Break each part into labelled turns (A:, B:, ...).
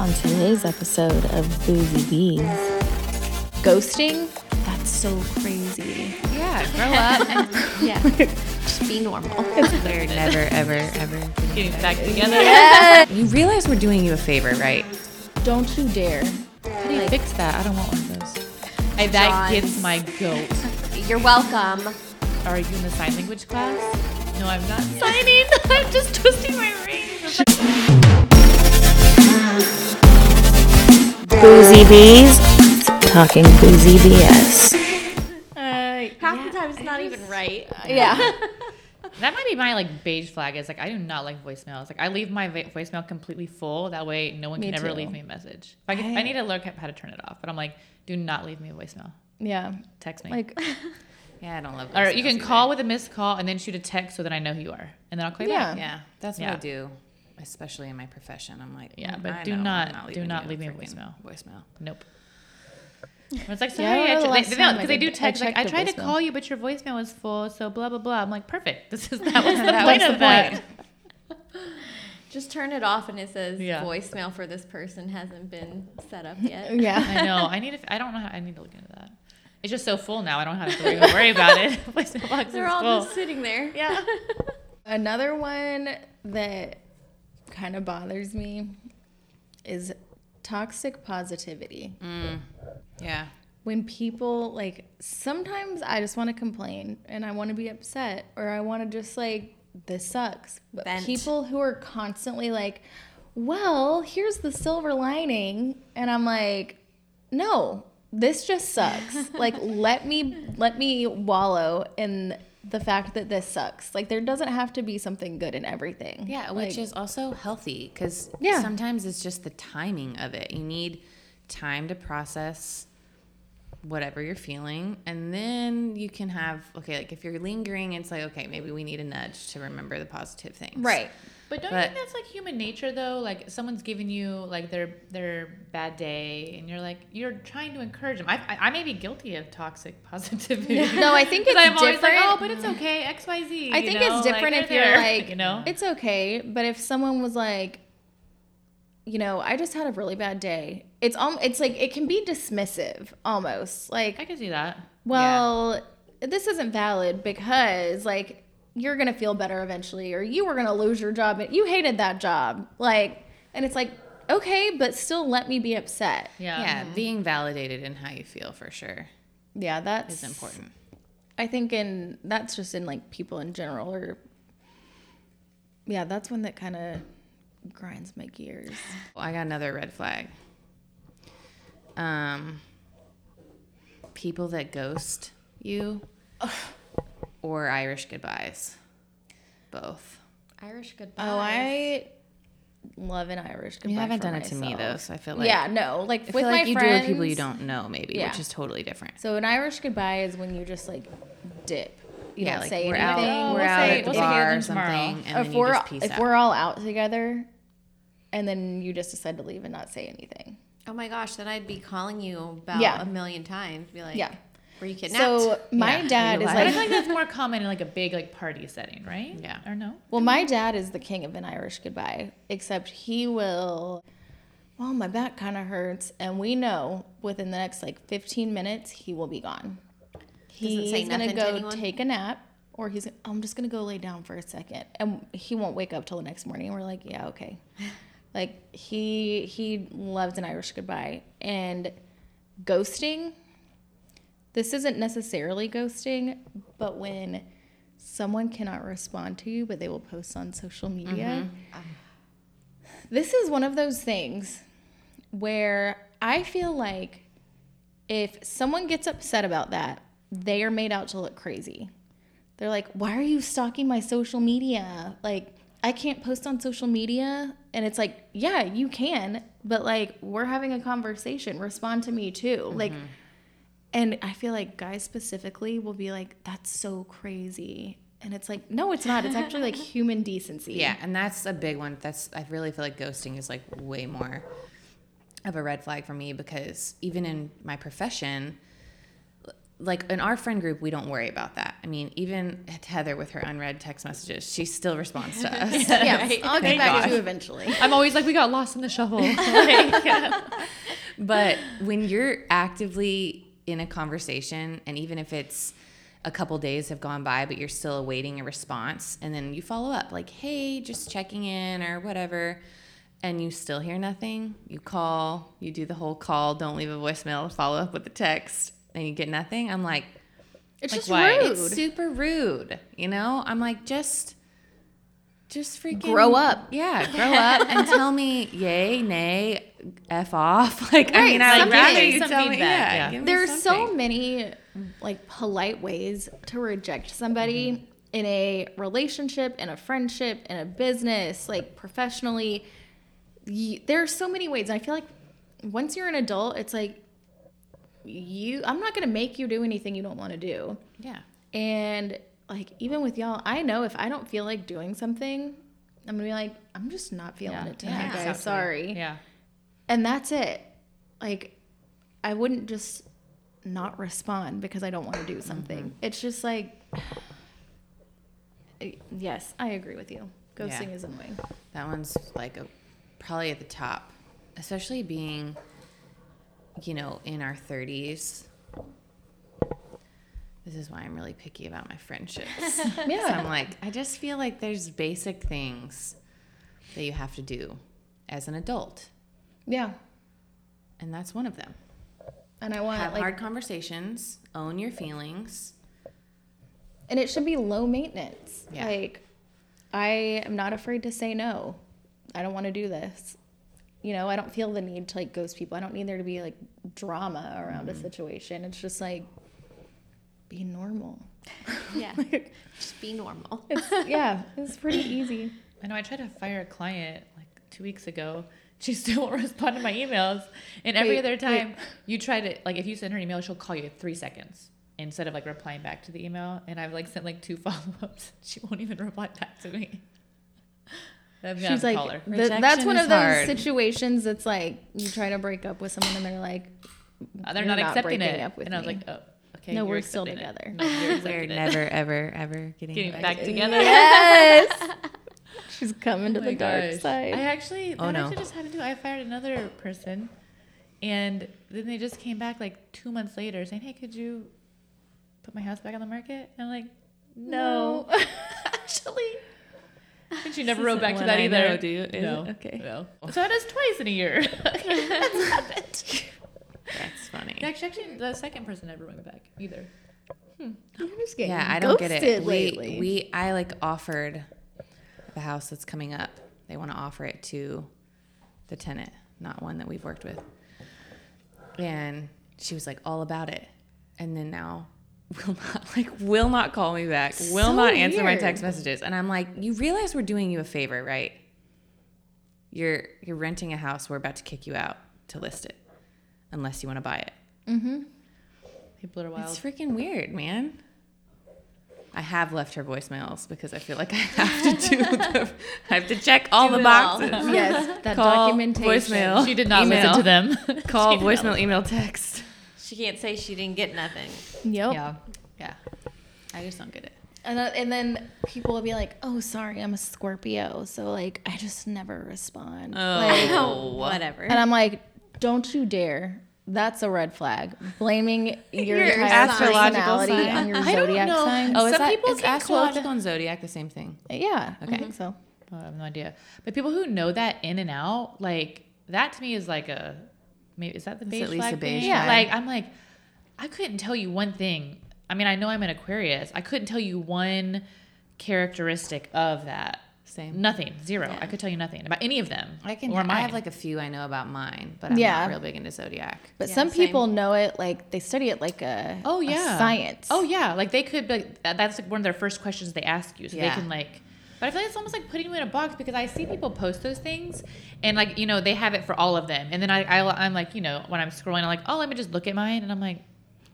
A: on today's episode of Boozy Bees. Ghosting? That's so crazy.
B: Yeah, grow up.
A: Yeah. Just be normal.
B: They're never, ever, ever.
C: Getting back together.
B: You realize we're doing you a favor, right?
A: Don't you dare.
B: How do you fix that? I don't want one of those.
C: I, that
A: John.
C: gets my goat.
A: You're welcome.
C: Are you in the sign language class? No, I'm not signing. I'm just twisting my ring.
A: Boozy Bees. Talking boozy BS.
D: Half the time it's not even right.
A: Yeah.
C: That might be my like beige flag. Is like I do not like voicemails. Like I leave my va- voicemail completely full. That way, no one
D: Me
C: can ever
D: too.
C: leave me a message. If I, can, I, need to learn how to turn it off. But I'm like, do not leave me a voicemail.
D: Yeah.
C: Text me.
D: Like
B: Yeah, I don't love.
C: or you
B: voicemails
C: can
B: either.
C: call with a missed call and then shoot a text so that I know who you are, and then I'll call you
D: Yeah.
C: back.
B: Yeah, that's what
C: Yeah.
B: I do, especially in my profession. I'm like,
C: Yeah,
B: "Mm,
C: but
B: I
C: do
B: know I'm
C: not- do
B: leaving
C: not
B: you
C: leave me a
B: freaking
C: voicemail."
B: Voicemail.
C: Nope. It's like
D: Yeah, I
C: sorry, I
D: don't know the
C: because
D: last
C: they,
D: time
C: no,
D: I
C: 'cause they do
D: did- I
C: text like I
D: checked the
C: tried to
D: voicemail.
C: call you, but your voicemail is full, so blah blah blah. I'm like, perfect. This is that was the
D: That
C: point
D: was
C: of
D: the
C: that.
D: point. just turn it off and it says
C: Yeah.
D: voicemail for this person hasn't been set up yet.
C: I
D: Yeah.
C: know. I need. To, f- I don't know. How, I need to look into that. It's just so full now. I don't have to really worry about it. Voicemail box is
D: They're all
C: full.
D: just sitting there.
C: yeah.
E: Another one that kind of bothers me is toxic positivity.
B: Yeah,
E: When people like sometimes I just want to complain and I want to be upset or I want to just like this sucks. But
D: Vent.
E: people who are constantly like, "Well, here's the silver lining." And I'm like, "No, this just sucks. like let me let me wallow in the fact that this sucks. Like there doesn't have to be something good in everything."
B: yeah, which
E: Like-
B: is also healthy because
E: Yeah.
B: sometimes it's just the timing of it. You need time to process whatever you're feeling, and then you can have okay. Like if you're lingering, it's like okay, maybe we need a nudge to remember the positive things.
E: Right.
C: But don't you
B: But-
C: think that's like human nature though? Like someone's giving you like their their bad day, and you're like you're trying to encourage them. I I, I may be guilty of toxic positivity.
E: No, I think
C: 'Cause
E: it's
C: I'm always
E: different.
C: like, oh, but it's okay, X Y Z.
E: I think it's different if you're like,
C: you know,
E: it's okay. But if someone was like, you know, I just had a really bad day. It's um, it's like it can be dismissive almost.
C: I
E: Like,
C: can see that.
E: well, this isn't valid because like you're gonna feel better eventually, or you were gonna lose your job, and you hated that job. Like, and it's like okay, but still let me be upset.
C: Yeah.
B: Yeah, being validated in how you feel for sure
E: Yeah,
B: is
E: that's
B: important.
E: I think in that's just in like people in general or yeah, that's one that kind of grinds my gears.
B: Well, I got another red flag. Um, people that ghost you or Irish goodbyes. Both.
D: Irish goodbye.
E: Oh, I love an Irish goodbye.
B: You haven't
E: for
B: done it to me though,
E: myself.
B: so I feel like
E: yeah, no, like
B: I
E: with
B: feel like
E: my
B: you
E: friends,
B: do with people you don't know, maybe,
E: Yeah.
B: which is totally different.
E: So an Irish goodbye is when you just like dip. You
B: yeah,
E: don't
B: like
E: say
B: we're
E: anything.
B: out, we're
C: we'll
B: out
C: say-
B: at the
C: we'll say
B: bar
C: Galen
B: or something,
C: tomorrow.
B: and
E: Or
B: then
E: if
B: you
E: we're
B: just peace
E: if
B: out.
E: we're all out together, and then you just decide to leave and not say anything.
D: Oh my gosh, then I'd be calling you about
E: Yeah.
D: a million times. Be like,
E: Yeah.
D: were you kidnapped?
E: So my
B: Yeah,
E: dad
B: you
E: is
B: lie.
C: But I
E: like
C: feel like that's more common in like a big like party setting, right?
B: Yeah.
C: Or no?
E: Well, my dad is the king of an Irish goodbye, except he will, well, my back kind of hurts. And we know within the next like 15 minutes, he will be gone.
D: Doesn't
E: He's
D: say
E: going to
D: nothing to
E: go
D: anyone?
E: take a nap, or he's, I'm just going to go lay down for a second. And he won't wake up till the next morning. We're like, yeah, okay. like he he loves an Irish goodbye and ghosting this isn't necessarily ghosting, but when someone cannot respond to you, but they will post on social media. This is one of those things where I feel like if someone gets upset about that, they are made out to look crazy. They're like, why are you stalking my social media? Like, I can't post on social media. And it's like, yeah, you can, but like, we're having a conversation. Respond to me too. Like, and I feel like guys specifically will be like, that's so crazy. And it's like, no, it's not. It's actually like human decency.
B: Yeah, and that's a big one. That's I really feel like ghosting is like way more of a red flag for me because even in my profession, like in our friend group, we don't worry about that. I mean, even Heather with her unread text messages, she still responds to us.
E: yeah, I'll get back to you eventually.
C: I'm always like, we got lost in the shuffle.
B: But when you're actively in a conversation, and even if it's a couple days have gone by, but you're still awaiting a response, and then you follow up, like, hey, just checking in or whatever, and you still hear nothing, you call, you do the whole call, don't leave a voicemail, follow up with the text, and you get nothing. I'm like,
E: It's just
C: why?
E: rude.
B: it's super rude, you know? I'm like, just. Just freaking
E: Grow up.
B: Yeah, grow up and tell me yay, nay, f off. Like I
E: Right,
B: mean, I'd
E: something,
B: rather you
C: some
B: tell me.
C: feedback,
B: Yeah,
C: yeah.
B: give me
E: There's
B: something.
E: so many like polite ways to reject somebody in a relationship, in a friendship, in a business, like professionally. Y there are so many ways. And I feel like once you're an adult, it's like you I'm not going to make you do anything you don't want to do.
B: Yeah.
E: And like even with y'all, I know if I don't feel like doing something, I'm gonna be like, I'm just not feeling it tonight, guys.
C: Exactly.
E: Sorry.
C: Yeah.
E: And that's it. Like I wouldn't just not respond because I don't want to
B: Mm-hmm.
E: do something. It's just like yes, I agree with you. Ghosting is annoying.
B: That one's like a, probably at the top, especially being, you know, in our 30s. This is why I'm really picky about my friendships. yeah. I'm like, I just feel like there's basic things that you have to do as an adult,
E: Yeah.
B: and that's one of them.
E: And I want
B: Have
E: like
B: hard conversations, own your feelings.
E: and it should be low maintenance.
B: Yeah.
E: Like I am not afraid to say no. I don't want to do this. You know, I don't feel the need to like ghost people. I don't need there to be like drama around
B: Mm-hmm.
E: a situation. It's just like be normal.
D: Yeah. Just be normal.
E: yeah, it's pretty easy.
C: I know I tried to fire a client like two weeks ago. She still won't respond to my emails. And every
E: Wait,
C: other
E: wait.
C: time you try to like if you send her an email, she'll call you at three seconds instead of like replying back to the email. And I've like sent like two follow ups. She won't even reply back to me. I'm gonna have
E: She's
C: to call her.
E: like, th- that's
B: Rejection
E: one
B: is
E: of those
B: hard.
E: situations that's like you try to break up with someone and they're like,
C: Uh, They're
E: "You're
C: not accepting it.
E: breaking up with
C: and I was
E: me."
C: like, oh, okay.
E: No,
C: you're
E: we're still
C: accepting it. No,
E: together.
C: you're
B: We're
C: accepting it.
B: never, ever, ever getting,
C: Getting
B: back.
C: back together.
E: yes, she's coming to
C: Oh
E: the
C: my
E: dark
C: gosh.
E: side.
C: I actually,
B: Oh,
C: that
B: no.
C: actually just had to do. I fired another person, and then they just came back like two months later saying, "Hey, could you put my house back on the market?" And I'm like, "No, actually." And she never wrote back to
B: one
C: that
B: I
C: either.
B: know, dude. Is
C: No.
B: it? Okay.
C: No. So it is twice in a year.
B: That's funny.
C: actually, actually, the second person never went back either.
E: You're just getting
B: Yeah, I don't get it.
E: ghosted
B: We,
E: lately.
B: we, I like offered the house that's coming up. They want to offer it to the tenant, not one that we've worked with. And she was like all about it. And then now will not like will not call me back. Will
E: So
B: not answer my
E: weird.
B: text messages. And I'm like, you realize we're doing you a favor, right? You're you're renting a house. We're about to kick you out to list it, unless you want to buy it.
C: People are
B: It's
C: wild.
B: freaking weird, man. I have left her voicemails because I feel like I have to do the, I have to check all
D: Do
B: the
D: it all.
B: boxes.
E: yes, that
B: Call,
E: documentation.
B: voicemail.
C: She did not
B: Oh, Email.
C: listen to them.
B: Call, voicemail, email, text.
D: She can't say she didn't get nothing.
E: Yep.
C: Yeah, yeah. I just don't get it.
E: And, then- and then people will be like, "Oh, sorry, I'm a Scorpio, so like I just never respond." Like,
D: Whatever.
E: and I'm like, "Don't you dare." That's a red flag. Blaming your, entire
B: astrological
E: personality
B: sign.
E: on your
C: I don't
E: zodiac
C: know.
E: sign.
B: Oh, is
C: Some
B: that
C: people
B: is
C: can
B: astrological and zodiac the same thing?
E: yeah.
B: Okay.
E: I think so.
C: Oh, I have no idea. But people who know that in and out, like that to me is like a maybe is that the
B: It's at
C: beige
B: least
C: flag
B: a beige
C: thing?
B: flag.
C: Like I'm like, I couldn't tell you one thing. I mean, I know I'm an Aquarius. I couldn't tell you one characteristic of that.
B: Same.
C: Nothing. Zero. I could tell you nothing about any of them.
B: I can.
C: or
B: I
C: mine.
B: have like a few I know about mine, but I'm
E: Yeah.
B: not real big into zodiac.
E: But
D: Yeah,
E: some
D: same.
E: people know it like they study it like a
C: oh
E: a
C: yeah
E: science.
C: Oh yeah. Like they could like that- that's like one of their first questions they ask you. So
B: Yeah.
C: they can like. But I feel like it's almost like putting you in a box because I see people post those things and like you know they have it for all of them and then I, I I'm like you know when I'm scrolling I'm like oh let me just look at mine and I'm like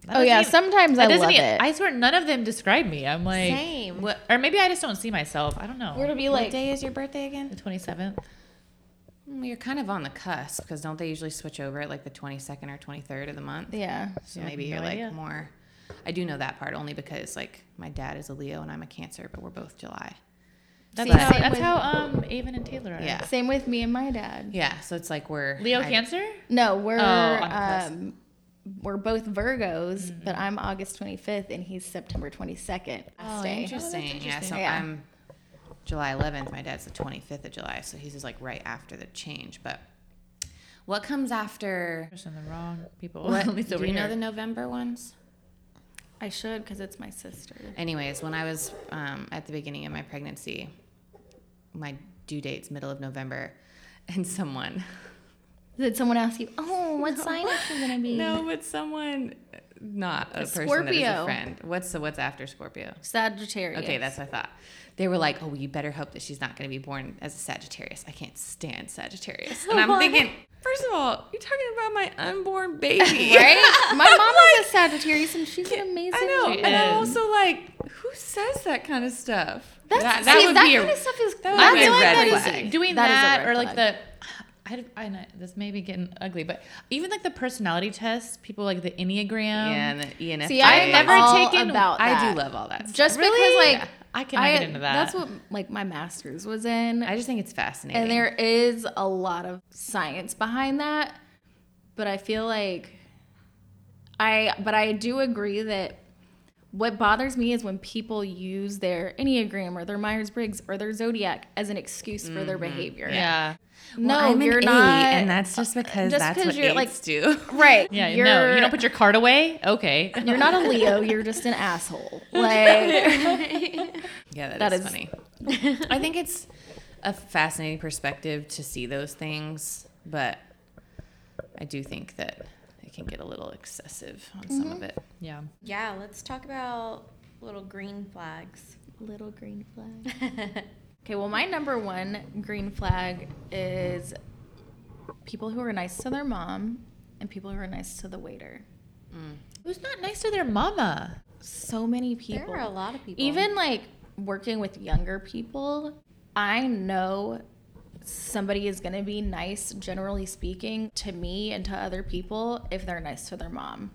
C: that
E: Oh
C: doesn't
E: yeah.
C: even-
E: Sometimes
C: that
E: I
C: doesn't
E: love
C: even-
E: it.
C: I swear none of them describe me I'm like
D: Same.
C: what or maybe I just don't see myself I don't
E: We're
C: know
E: to be
B: What
E: like
B: day is your birthday again?
C: the 27th
B: Mm, You're kind of on the cusp because don't they usually switch over at like the 22nd or 23rd of the month?
E: yeah.
B: So
C: Yeah, I have
B: maybe
C: no
B: you're like
C: idea.
B: more I do know that part only because like my dad is a Leo and I'm a Cancer, but we're both July.
C: That's
E: See,
C: how,
E: same
C: that's
E: with-
C: how um Avon and Taylor are.
B: Yeah.
E: Same with me and my dad.
B: Yeah, so it's like we're
C: Leo
B: I-
C: Cancer?
E: No, we're
C: Oh, on the cusp.
E: um, we're both Virgos, but I'm August 25th and he's September 22nd.
B: Oh,
E: last day.
B: interesting. Yeah, so
E: Yeah.
B: I'm July 11th. My dad's the 25th of July, so he's just like right after the change. But what comes after?
C: Pushing the wrong people.
B: What,
C: At least
B: do
C: over
B: you know
C: here.
B: the November ones?
E: I should because it's my sister.
B: Anyways, when I was um, at the beginning of my pregnancy, my due date's middle of November, and someone.
E: Did someone ask you, oh, what sign is she going to be?
B: No, but someone, not a, person that is a
E: Scorpio.
B: friend. What's the what's after Scorpio?
E: Sagittarius.
B: Okay, that's what I thought. They were like, "Oh, you better hope that she's not going to be born as a Sagittarius. I can't stand Sagittarius." And I'm thinking, first of all, you're talking about my unborn baby,
E: right? My mom is a Sagittarius and she's an amazing.
B: I know,
E: chick.
B: and I'm
C: is.
B: also like, who says that kind of stuff?
E: That's,
B: that
E: see,
B: would
E: that
B: be a-
E: kind of stuff is.
B: that would
E: I
B: be a
E: feel like
B: red
E: that is-
B: flag.
C: doing
E: that
C: that,
E: is a red
C: or like
E: flag.
C: the I, don't- I know this may be getting ugly, but even like the personality tests, people like the Enneagram.
B: yeah, and the E ENFJ.
E: See, I
C: I've
E: am
C: never
E: all
C: taken-
E: about that.
B: I do love all that. stuff.
E: Just
C: Really?
E: because, like,
C: I cannot get into that.
E: That's what like my master's was in,
B: I just think it's fascinating.
E: and there is a lot of science behind that. But I feel like I, but I do agree that what bothers me is when people use their enneagram or their Myers Briggs or their zodiac as an excuse for their behavior.
C: Mm-hmm. Yeah.
E: No,
B: I'm an
E: "Oh, you're
B: eight,
E: not. uh,
B: and that's just because
E: just
B: that's
E: 'cause
B: what
E: you're, like-
B: eights do.
E: right.
C: Yeah.
E: You're,
C: no, you don't put your card away. Okay.
E: you're not a Leo. You're just an asshole. Like
B: Yeah,
E: That
B: is,
E: is-
B: funny. I think it's a fascinating perspective to see those things, but I do think that it can get a little excessive on some
E: Mm-hmm.
B: of it.
C: Yeah.
D: Yeah, let's talk about little green flags.
E: little green flag. Okay, well, my number one green flag is people who are nice to their mom and people who are nice to the waiter.
C: Who's not nice to their mama?
E: So many people.
D: There are a lot of people.
E: Even like working with younger people, I know somebody is going to be nice, generally speaking, to me and to other people if they're nice to their mom.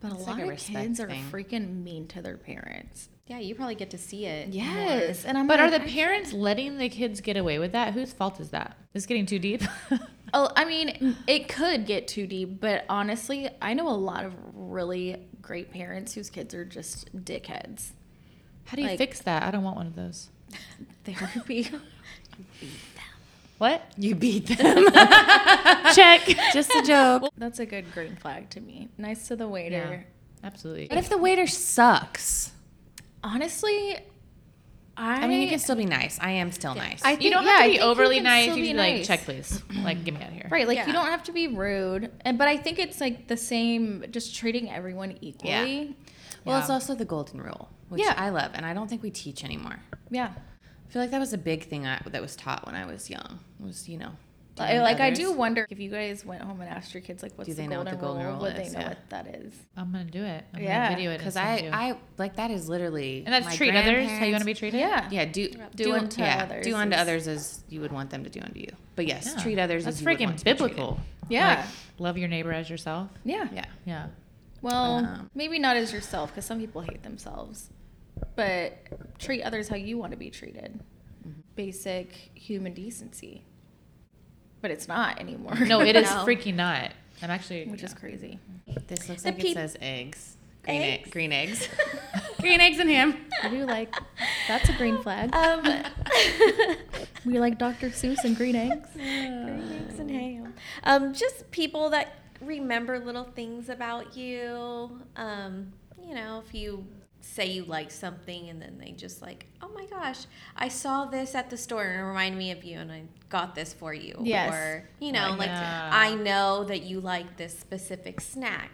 E: But a
B: It's
E: lot
B: like a
E: of
B: respect
E: kids are
B: thing.
E: freaking mean to their parents.
D: yeah, you probably get to see it. more.
E: Yes, and I'm.
C: But are
E: like,
C: the
E: I-
C: parents letting the kids get away with that? Whose fault is that? Is this getting too deep?
E: Oh, I mean, it could get too deep, but honestly, I know a lot of really great parents whose kids are just dickheads.
C: How do you
E: Like-
C: fix that? I don't want one of those.
E: Therapy.
C: What?
B: You beat them.
C: Check.
B: just a joke.
E: That's a good green flag to me. Nice to the waiter.
C: Absolutely.
B: What if the waiter sucks?
E: Honestly, I.
B: I mean, you can still be nice. I am still nice. I,
E: I think,
C: you don't
E: yeah,
C: have
E: I
C: to
E: think
C: be
E: you
C: overly
E: can
C: nice.
E: still
C: You
E: be
C: can be like,
E: nice.
C: check, please. Like, get me out of here.
E: Right, like you
D: Yeah.
E: don't have to be rude, and but I think it's like the same, just treating everyone equally.
B: well, it's
C: Yeah.
B: also the golden rule, which
E: Yeah.
B: I love, and I don't think we teach anymore.
E: Yeah,
B: I feel like that was a big thing I, that was taught when I was young. Was you know,
E: I-
B: to
E: like I
B: others.
E: do wonder if you guys went home and asked your kids like, what's
B: Do
E: the,
B: they know what
E: golden
B: the golden
E: rule?
B: rule
E: Would they
B: is?
E: know
B: Yeah.
E: what that is?
C: I'm gonna do it. I'm
E: Yeah,
C: gonna video it and
B: because
C: send
B: I,
C: you.
B: I like that is literally
C: and that's
B: my
C: treat others how you want
B: grandparents-
C: to be treated.
E: Yeah,
B: Yeah, do do, unto others. Do unto others as you would want them to do unto you. But yes,
C: Yeah.
B: treat others
C: That's
B: as you would want
C: freaking
B: to be treated.
C: biblical.
E: yeah,
C: Like, love your neighbor as yourself.
E: yeah.
B: Yeah.
C: Yeah.
E: Well,
B: Um,
E: maybe not as yourself, because some people hate themselves, but treat others how you want to be treated.
B: Mm-hmm.
E: Basic human decency. But it's not anymore.
C: No, it is
D: No.
C: freaking not. I'm actually.
E: which is crazy.
B: This looks
D: The
B: like it
D: peop-
B: says eggs. Green eggs.
D: Eggs?
B: green eggs. green eggs and ham.
E: I do like that's a green flag.
D: Um,
E: We like Dr. Seuss and green eggs.
D: green eggs and ham. Um, just people that remember little things about you. Um, you know, if you say you like something and then they just like, oh my gosh, I saw this at the store and it reminded me of you and I got this for you.
E: Yes.
D: Or, you know, like,
C: Yeah.
D: I know that you like this specific snack.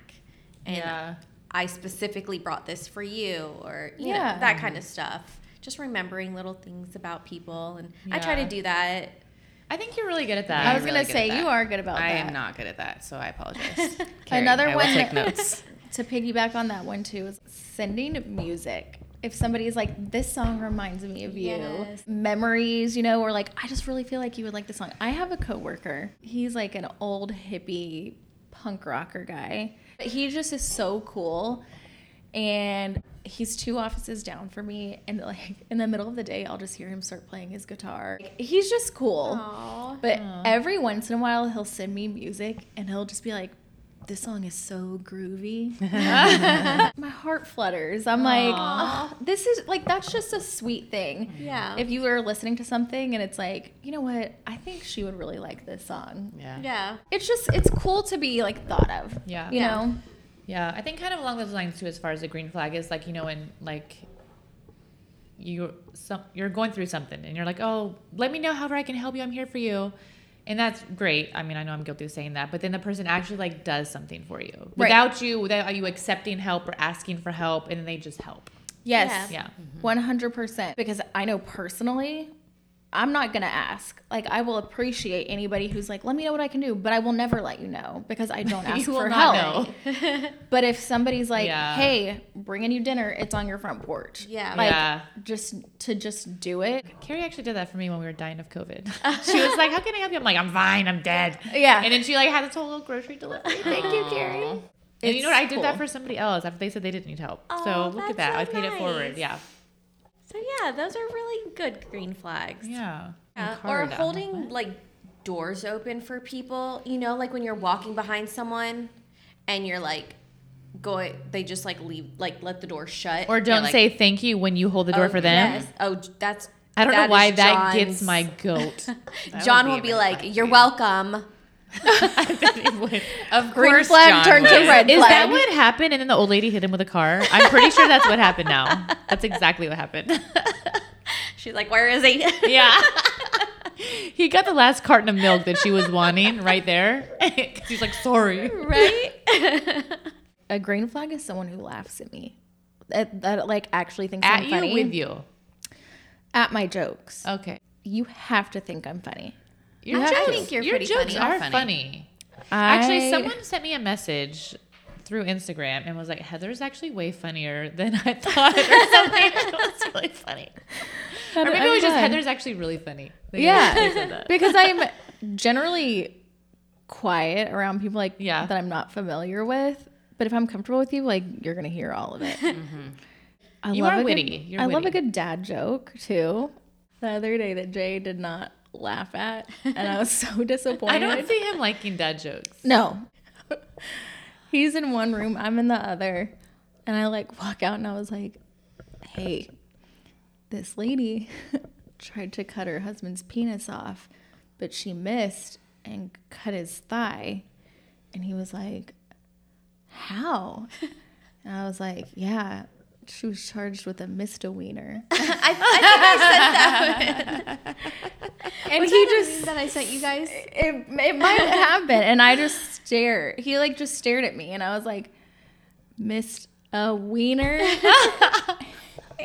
D: And
C: Yeah.
D: I specifically brought this for you, or you
E: Yeah.
D: know, that kind of stuff. Just remembering little things about people, and I try to
C: Yeah.
D: do that.
C: I think you're really good at that.
E: I
B: I'm
E: was
B: really
E: gonna
B: good at
E: say
B: that.
E: you are good about
B: I
E: that.
B: am not good at that, so I apologize. Carrie,
E: Another
B: I will
E: one
B: take
E: that-
B: notes.
E: To piggyback on that one too is sending music. If somebody's like, this song reminds me of you,
D: Yes.
E: memories, you know, or like, I just really feel like you would like this song. I have a coworker. He's like an old hippie punk rocker guy, but he just is so cool. and he's two offices down for me and like in the middle of the day i'll just hear him start playing his guitar he's just cool
D: Aw.
E: but
C: Hmm.
E: every once in a while he'll send me music and he'll just be like this song is so groovy my heart flutters i'm like "Oh, this is like that's just a sweet thing
D: Yeah.
E: if you are listening to something and it's like you know what i think she would really like this song
B: Yeah.
D: yeah.
E: it's just it's cool to be like thought of
C: Yeah.
E: you know
C: Yeah, I think kind of along those lines too. As far as the green flag is, like you know, when like you some you're going through something, and you're like, oh, let me know how I can help you. I'm here for you, and that's great. I mean, I know I'm guilty of saying that, but then the person actually like does something for you without you, without you accepting help or asking for help, and they just help.
E: yes
C: Yeah,
E: One hundred percent. Because I know personally, I'm not gonna ask. Like I will appreciate anybody who's like, "Let me know what I can do," but I will never let you know because I don't ask
C: will
E: for
C: not
E: help. but if somebody's like,
C: Yeah.
E: "Hey, bringing you dinner," it's on your front porch.
D: Yeah.
E: Like
C: Yeah.
E: just to just do it.
C: Carrie actually did that for me when we were dying of COVID. she was like, "How can I help you?" I'm like, "I'm fine. I'm dead."
E: Yeah.
C: And then she like had this whole little grocery delivery. Thank you, Carrie. And you know what?
E: It's
C: I did that
E: cool.
C: for somebody else after they said they didn't need help.
D: Aw,
C: so look at
D: that's
C: that.
D: so
C: I paid it forward.
D: nice.
C: Yeah.
D: So yeah, those are really good green flags.
C: Yeah.
D: Uh, or holding like doors open for people. You know, like when you're walking behind someone and you're like going, they just like leave, like let the door shut.
C: Or
D: You're
C: don't
D: like,
C: say thank you when you know
D: "Oh,
C: for them.
D: Yes. Oh, that's.
C: I don't know
D: is
C: why that gets
D: John's-
C: my goat.
D: John will be like, "You're welcome."
B: Of
E: Green
B: course, John
E: flag turned to
B: would.
E: red
C: Is that
E: flag.
C: what happened? And then the old lady hit him with a car. I'm pretty sure that's what happened now. That's exactly what happened.
D: She's like, "Where is he?"
C: Yeah. he got the last carton of milk that she was wanting right there. 'Cause He's like, sorry.
D: right?
E: a green flag is someone who laughs at me. That, that like actually thinks
C: At
E: I'm
C: you,
E: funny
C: with you.
E: at my jokes.
C: Okay.
E: You have to think I'm funny.
C: Your
D: Actually, I
C: jokes,
D: think you're
C: your
D: pretty
C: jokes
D: funny.
C: are
D: You're
C: funny.
D: funny.
C: Actually,
E: I-
C: someone sent me a message through Instagram and was like, Heather's actually way funnier than I thought or something. That was really funny. Or maybe it was just
E: Heather.
C: Heather's actually really funny. They actually said
E: Yeah,
C: that.
E: because I'm generally quiet around people like
C: Yeah.
E: that I'm not familiar with. But if I'm comfortable with you, like you're gonna hear all of it. I
C: Mm-hmm. You
E: love
C: are
E: a good-
C: witty. You're
E: I love a
C: witty.
E: good dad joke too. The other day that Jay did not laugh at, and I was so disappointed.
C: I don't see him liking dad jokes.
E: No. He's in one room, I'm in the other. And I like walk out and I was like, hey, this lady tried to cut her husband's penis off, but she missed and cut his thigh. And he was like, how? And I was like, yeah, she was charged with a misdemeanor.
D: I, I think I said that.
E: And he just
D: that I sent you guys.
E: it, it might have been. And I just stared. He like just stared at me, and I was like, missed a wiener.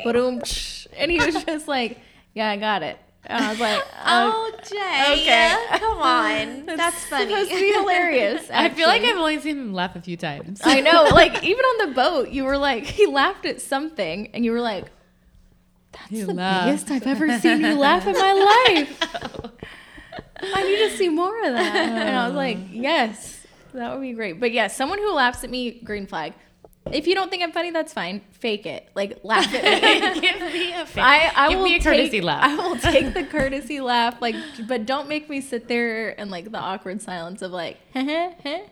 E: Ba-doom, tsh. and he was just like, yeah, I got it. And I was like, oh,
D: Oh, Jay.
E: Okay.
D: Come on. That's funny.
E: supposed to be "Oh, hilarious.
C: I feel like
E: actually.
C: I've only seen him laugh a few times.
E: I know, like even on the boat, you were like, he laughed at something, and you were like, that's
C: He
E: the
C: laughed.
E: biggest I've ever seen you laugh in my life. I need to see more of that. And I was like,
C: Oh.
E: yes, that would be great. But yeah, someone who laughs at me, green flag. If you don't think I'm funny, that's fine. Fake it. Like laugh at me.
C: Give me a,
E: I, I
C: Give
E: will
C: me a courtesy
E: take,
C: laugh.
E: I will take the courtesy laugh, like, but don't make me sit there and like the awkward silence of like,
C: My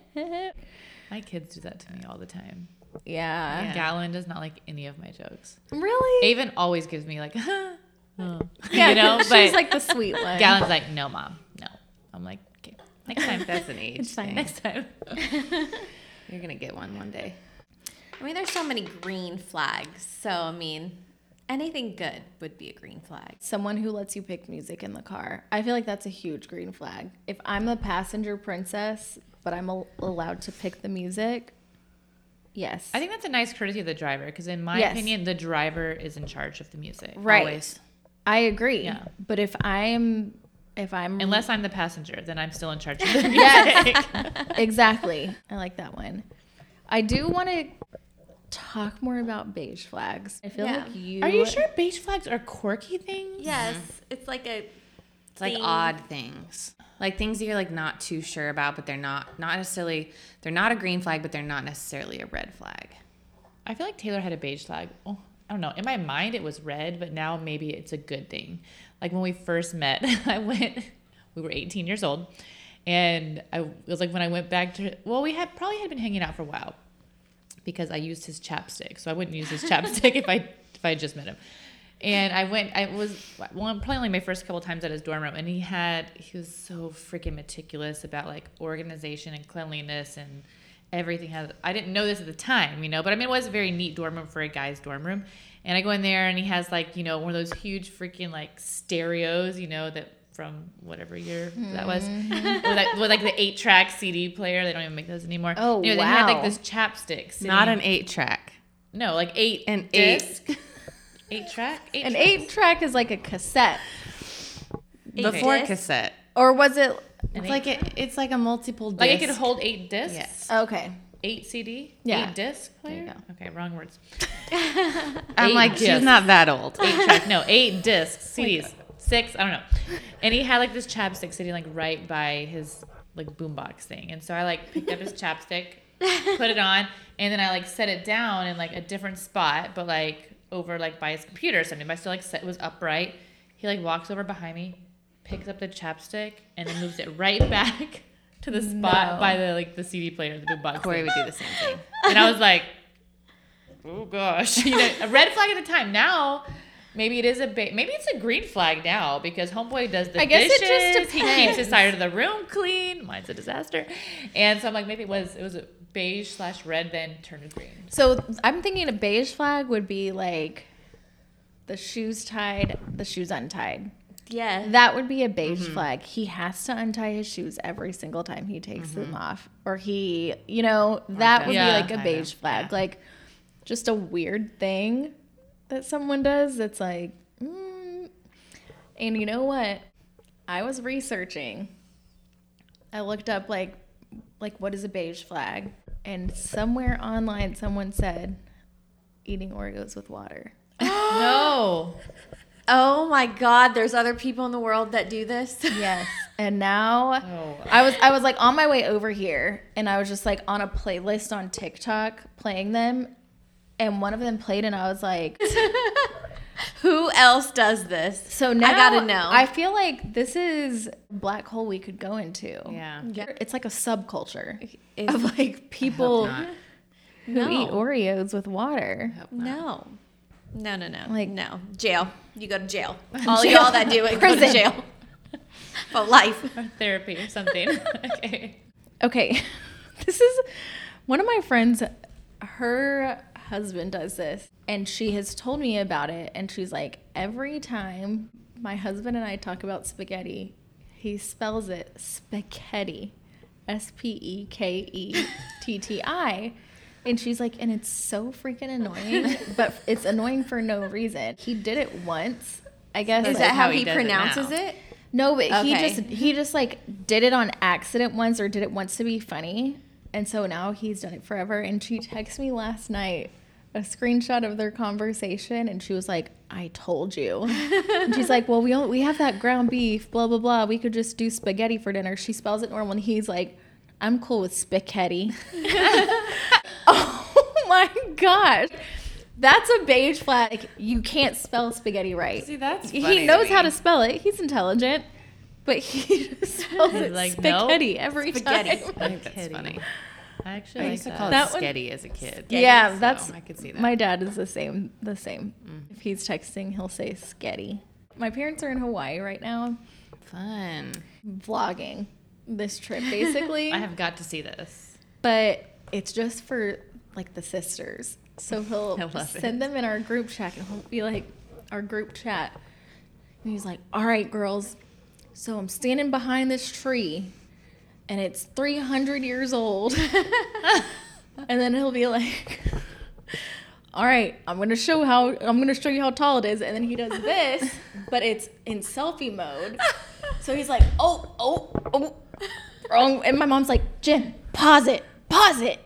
C: kids do that to me all the time.
E: yeah.
C: Galen does not like any of my jokes.
E: Really?
C: Avon always gives me like, huh, oh.
E: Yeah,
C: you know,
E: she's
C: but
E: like the sweet one.
C: Galen's like, no, mom, no. I'm like, okay,
B: Next time, that's an age.
E: It's fine.
B: thing.
C: next time.
B: You're gonna get one one day.
D: I mean, there's so many green flags. So, I mean, anything good would be a green flag.
E: Someone who lets you pick music in the car. I feel like that's a huge green flag. If I'm the passenger princess, but I'm al- allowed to pick the music, yes.
C: I think that's a nice courtesy of the driver because, in my
E: Yes.
C: opinion, the driver is in charge of the music.
E: right.
B: Always.
E: I agree.
C: Yeah.
E: But if I'm, if I'm,
C: Unless I'm the passenger, then I'm still in charge of the music.
E: yes, exactly. I like that one. I do want to talk more about beige flags. I feel
D: Yeah.
E: like you.
C: Are you sure beige flags are quirky things?
D: Yes. It's like a.
B: It's like
D: Thing.
B: odd things, like things that you're like not too sure about, but they're not not necessarily they're not a green flag, but they're not necessarily a red flag.
C: I I feel like Taylor had a beige flag. Oh, I don't know. In my mind, it was red, but now maybe it's a good thing. Like when we first met, I went. We were 18 years old, and I it was like when I went back to. Well, we had probably had been hanging out for a while, because I used his chapstick, so I wouldn't use his chapstick if I if I had just met him. And I went. I was well, probably only my first couple times at his dorm room, and he had he was so freaking meticulous about like organization and cleanliness and everything has i didn't know this at the time you know but i mean it was a very neat dorm room for a guy's dorm room and i go in there and he has like you know one of those huge freaking like stereos you know that from whatever year that was with, like, with like the eight track cd player they don't even make those anymore
E: Oh,
C: you know, they had like
E: wow.
C: this chapstick sitting-
B: Not an eight track.
C: no like eight
B: An
C: disc eight track eight
E: An eight track is like a cassette,
B: Before
D: disc?
B: cassette.
E: or was it?
B: It's like it, it's like a multiple disc.
C: like it could hold eight discs
B: Yes.
E: Okay,
C: eight cd
E: Yeah.
C: eight disc player
E: you
C: okay wrong words
B: I'm
C: eight
B: like, she's
C: discs.
B: not that old.
C: eight track, no, eight discs,
B: Oh
C: CDs, six, I don't know. And he had like this chapstick sitting like right by his like boombox thing. And so I like picked up his chapstick, put it on, and then I like set it down in like a different spot, but like over like by his computer or something. But I still like set it was upright. He like walks over behind me, picks up the chapstick, and then moves it right back to the spot by the like the CD player, the boombox.
B: Corey
C: thing.
B: would do the same thing.
C: And I was like, oh gosh, you know, a red flag at the time. Now, maybe it is a ba- maybe it's a green flag now because homeboy does the
E: I guess it
C: dishes.
E: just
C: he keeps his side of the room clean. Mine's a disaster, and so I'm like, maybe it was it was a beige slash red then turned to green.
E: so I'm thinking a beige flag would be like the shoes tied, the shoes untied.
D: Yes.
E: That would be a beige
C: Mm-hmm.
E: flag. He has to untie his shoes every single time he takes
C: Mm-hmm.
E: them off, or he, you know, that would
C: Yeah.
E: be like a beige flag, like just a weird thing that someone does. That's like, mm. and you know what? I was researching. I looked up like, like what is a beige flag, and somewhere online someone said, eating Oreos with water.
C: no,
D: Oh my God, there's other people in the world that do this.
E: Yes, and now.
C: oh,
E: I was I was like on my way over here and I was just like on a playlist on TikTok playing them and one of them played and I was like
D: Who else does this?
E: so now
D: gotta know.
E: I feel like this is a black hole we could go into.
B: Yeah.
E: It's like a subculture
D: Is-
E: of like people
B: not.
E: who eat Oreos with water.
D: No. No, no, no.
E: Like-
D: no. Jail. You go to jail. All y'all that do it go to
E: Prison.
D: jail. For life.
C: therapy or something. okay,
E: Okay. this is one of my friends her husband does this and she has told me about it and she's like every time my husband and I talk about spaghetti he spells it spaghetti S P E K E T T I and she's like and it's so freaking annoying but it's annoying for no reason he did it once I guess
D: Is
E: like-
D: that how,
B: how he
D: he
B: does it now.
D: pronounces it?
E: no, but he
D: Okay.
E: just he just like did it on accident once or did it once to be funny. And so now he's done it forever. And she texted me last night a screenshot of their conversation and she was like, I told you. and she's like, Well, we all, we have that ground beef, blah blah blah. We could just do spaghetti for dinner. She spells it normal and he's like, I'm cool with spaghetti. oh my gosh. That's a beige flag. Like, you can't spell spaghetti right.
B: See, that's
E: he knows how to spell it. He's intelligent, but he just spells it
C: Like,
E: like
C: no.
E: spaghetti every
D: Spaghetti.
E: time.
B: I think that's
C: Kitty.
B: funny.
C: I actually
B: I
C: like
B: used to
C: that.
B: call it
E: That one-
B: sketty as a kid.
E: Yeah,
B: So
E: that's-
B: I could see that.
E: My dad is the same. The same. If he's texting, he'll say sketty. My parents are in Hawaii right now,
B: Fun.
E: vlogging this trip basically.
C: I have got to see this.
E: but it's just for like the sisters. So he'll
B: I love
E: send them in our group chat and he'll be like, our group chat. And he's like, all right, girls, so I'm standing behind this tree and it's 300 years old. and then he'll be like, all right, I'm gonna show how I'm gonna show you how tall it is, and then he does this, but it's in selfie mode. So he's like, oh, oh, oh, wrong. And my mom's like, Jim, pause it, pause it.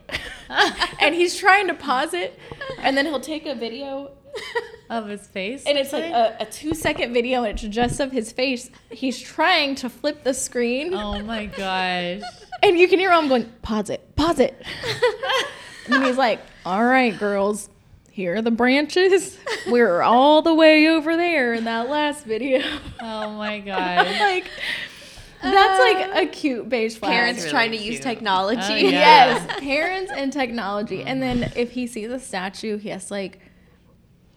E: and he's trying to pause it, and then he'll take a video,
C: Of his face,
E: and it's like a, a two second video, and it's just of his face. He's trying to flip the screen,
C: oh my gosh,
E: and you can hear him going, pause it, pause it. and he's like, all right, girls, here are the branches. we were all the way over there in that last video.
C: Oh my god.
E: like, that's like a cute beige flag.
D: Um, Parents
B: really
D: trying to use
B: cute.
D: technology.
C: Oh, yeah.
E: Yes, parents and technology. And then
B: Mm.
E: if he sees a statue, he has to like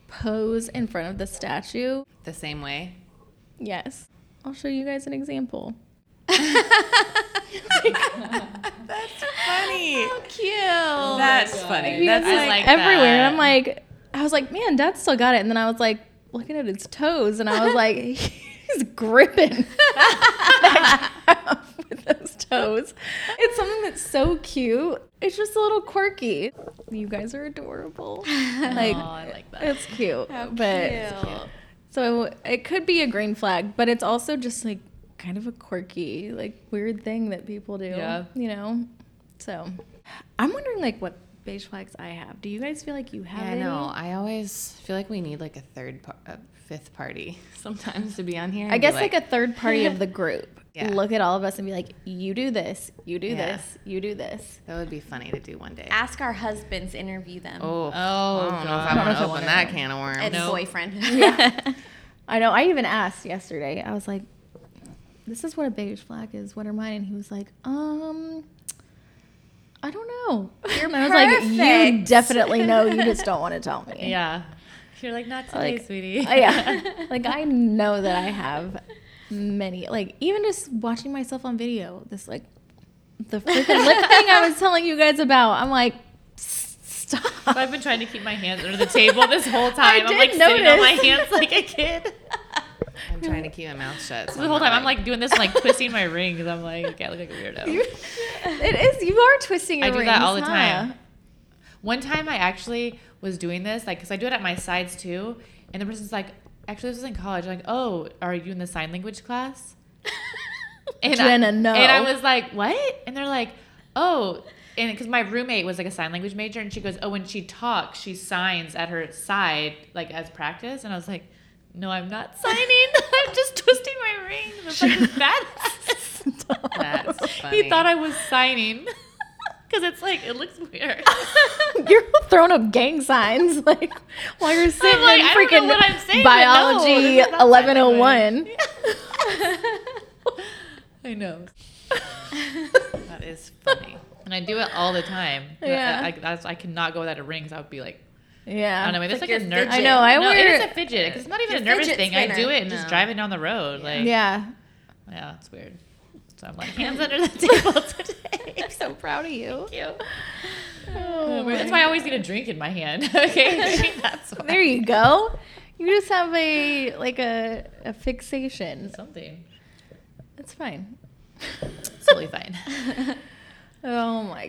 E: pose in front of the statue.
B: The same way.
E: Yes. I'll show you guys an example.
B: Funny.
D: Cute.
B: That's funny. That's
E: He was,
B: I like
E: everywhere.
B: that.
E: And I'm like, I was like, man, Dad still got it. And then I was like, looking at his toes, and I was like, he's gripping that calf with those toes. It's something that's so cute. It's just a little quirky. You guys are adorable. Like,
C: Oh, I like that.
E: it's cute, but
D: Cute.
E: so it could be a green flag, but it's also just like kind of a quirky, like weird thing that people do.
C: Yeah.
E: You know? So I'm wondering like what beige flags I have. Do you guys feel like you have
B: Yeah,
E: any?
B: no, I always feel like we need like a third, par- a fifth party sometimes to be on here. and
E: I
B: be
E: guess like, a third party of the group.
B: Yeah.
E: Look at all of us and be like, you do this, you do
B: Yeah.
E: this, you do this.
B: that would be funny to do one day.
D: Ask our husbands, interview them.
B: Oh,
C: Oh,
B: I don't know
C: God.
B: if I want to open that can of worms.
D: and
C: no.
D: boyfriend.
E: I know. I even asked yesterday. I was like, "This is what a beige flag is. What are mine?" And he was like, "Um, I don't know." You're and I was like, "You
D: perfect."
E: definitely know. You just don't want to tell me."
C: Yeah. You're like not today,
E: Like-
C: sweetie.
E: Oh, yeah. Like I know that I have many. Like even just watching myself on video, this like the freaking lip thing I was telling you guys about. I'm like, "S- stop.
C: I've been trying to keep my hands under the table this whole time.
E: did
C: I'm like sitting on my
E: notice.
C: hands like a kid.
B: I'm trying to keep my mouth shut. so
C: The whole
B: not,
C: time I'm like doing this, like twisting my ring because I'm like, okay, I look like a weirdo.
E: It is. You are twisting.
C: I
E: your
C: do that
E: rings,
C: all the
E: huh?
C: time. One time I actually was doing this, like, because I do it at my sides too. And the person's like, actually, this was in college. like, oh, are you in the sign language class? And I,
E: Jenna, no.
C: And I was like, what? And they're like, oh. And because my roommate was like a sign language major, and she goes, oh, when she talks, she signs at her side, like as practice. And I was like, no, I'm not signing. I'm just twisting my ring. That's like the best.
B: That's
C: He thought I was signing because it's like it looks weird.
E: you're throwing up gang signs like while you're sitting
C: like,
E: in
C: I don't know what I'm
E: freaking
C: saying, but no,
E: biology
C: this is not
E: 1101.
C: I know,
B: that is funny.
C: and I do it all the time.
E: Yeah.
C: I, I, that's, I cannot go without a ring. 'cause I would be like,
E: Yeah.
C: I don't know. Maybe it's like,
D: like
C: a
D: your
C: nerve.
E: I know, I
C: no,
E: wear-
C: it is a fidget. 'cause it's not even
D: Your
C: a nervous
D: fidget
C: thing. I do
D: spinner.
C: it and just
B: No.
C: driving down the road. Like, yeah,
E: Yeah.
C: yeah, it's weird. So I'm like hands under the table today.
E: I'm so proud of you.
C: Thank you. That's why I always need a drink in my hand. okay, that's why.
E: There you go. You just have a like a, a fixation.
C: something.
E: It's fine.
C: It's totally fine.
E: Oh my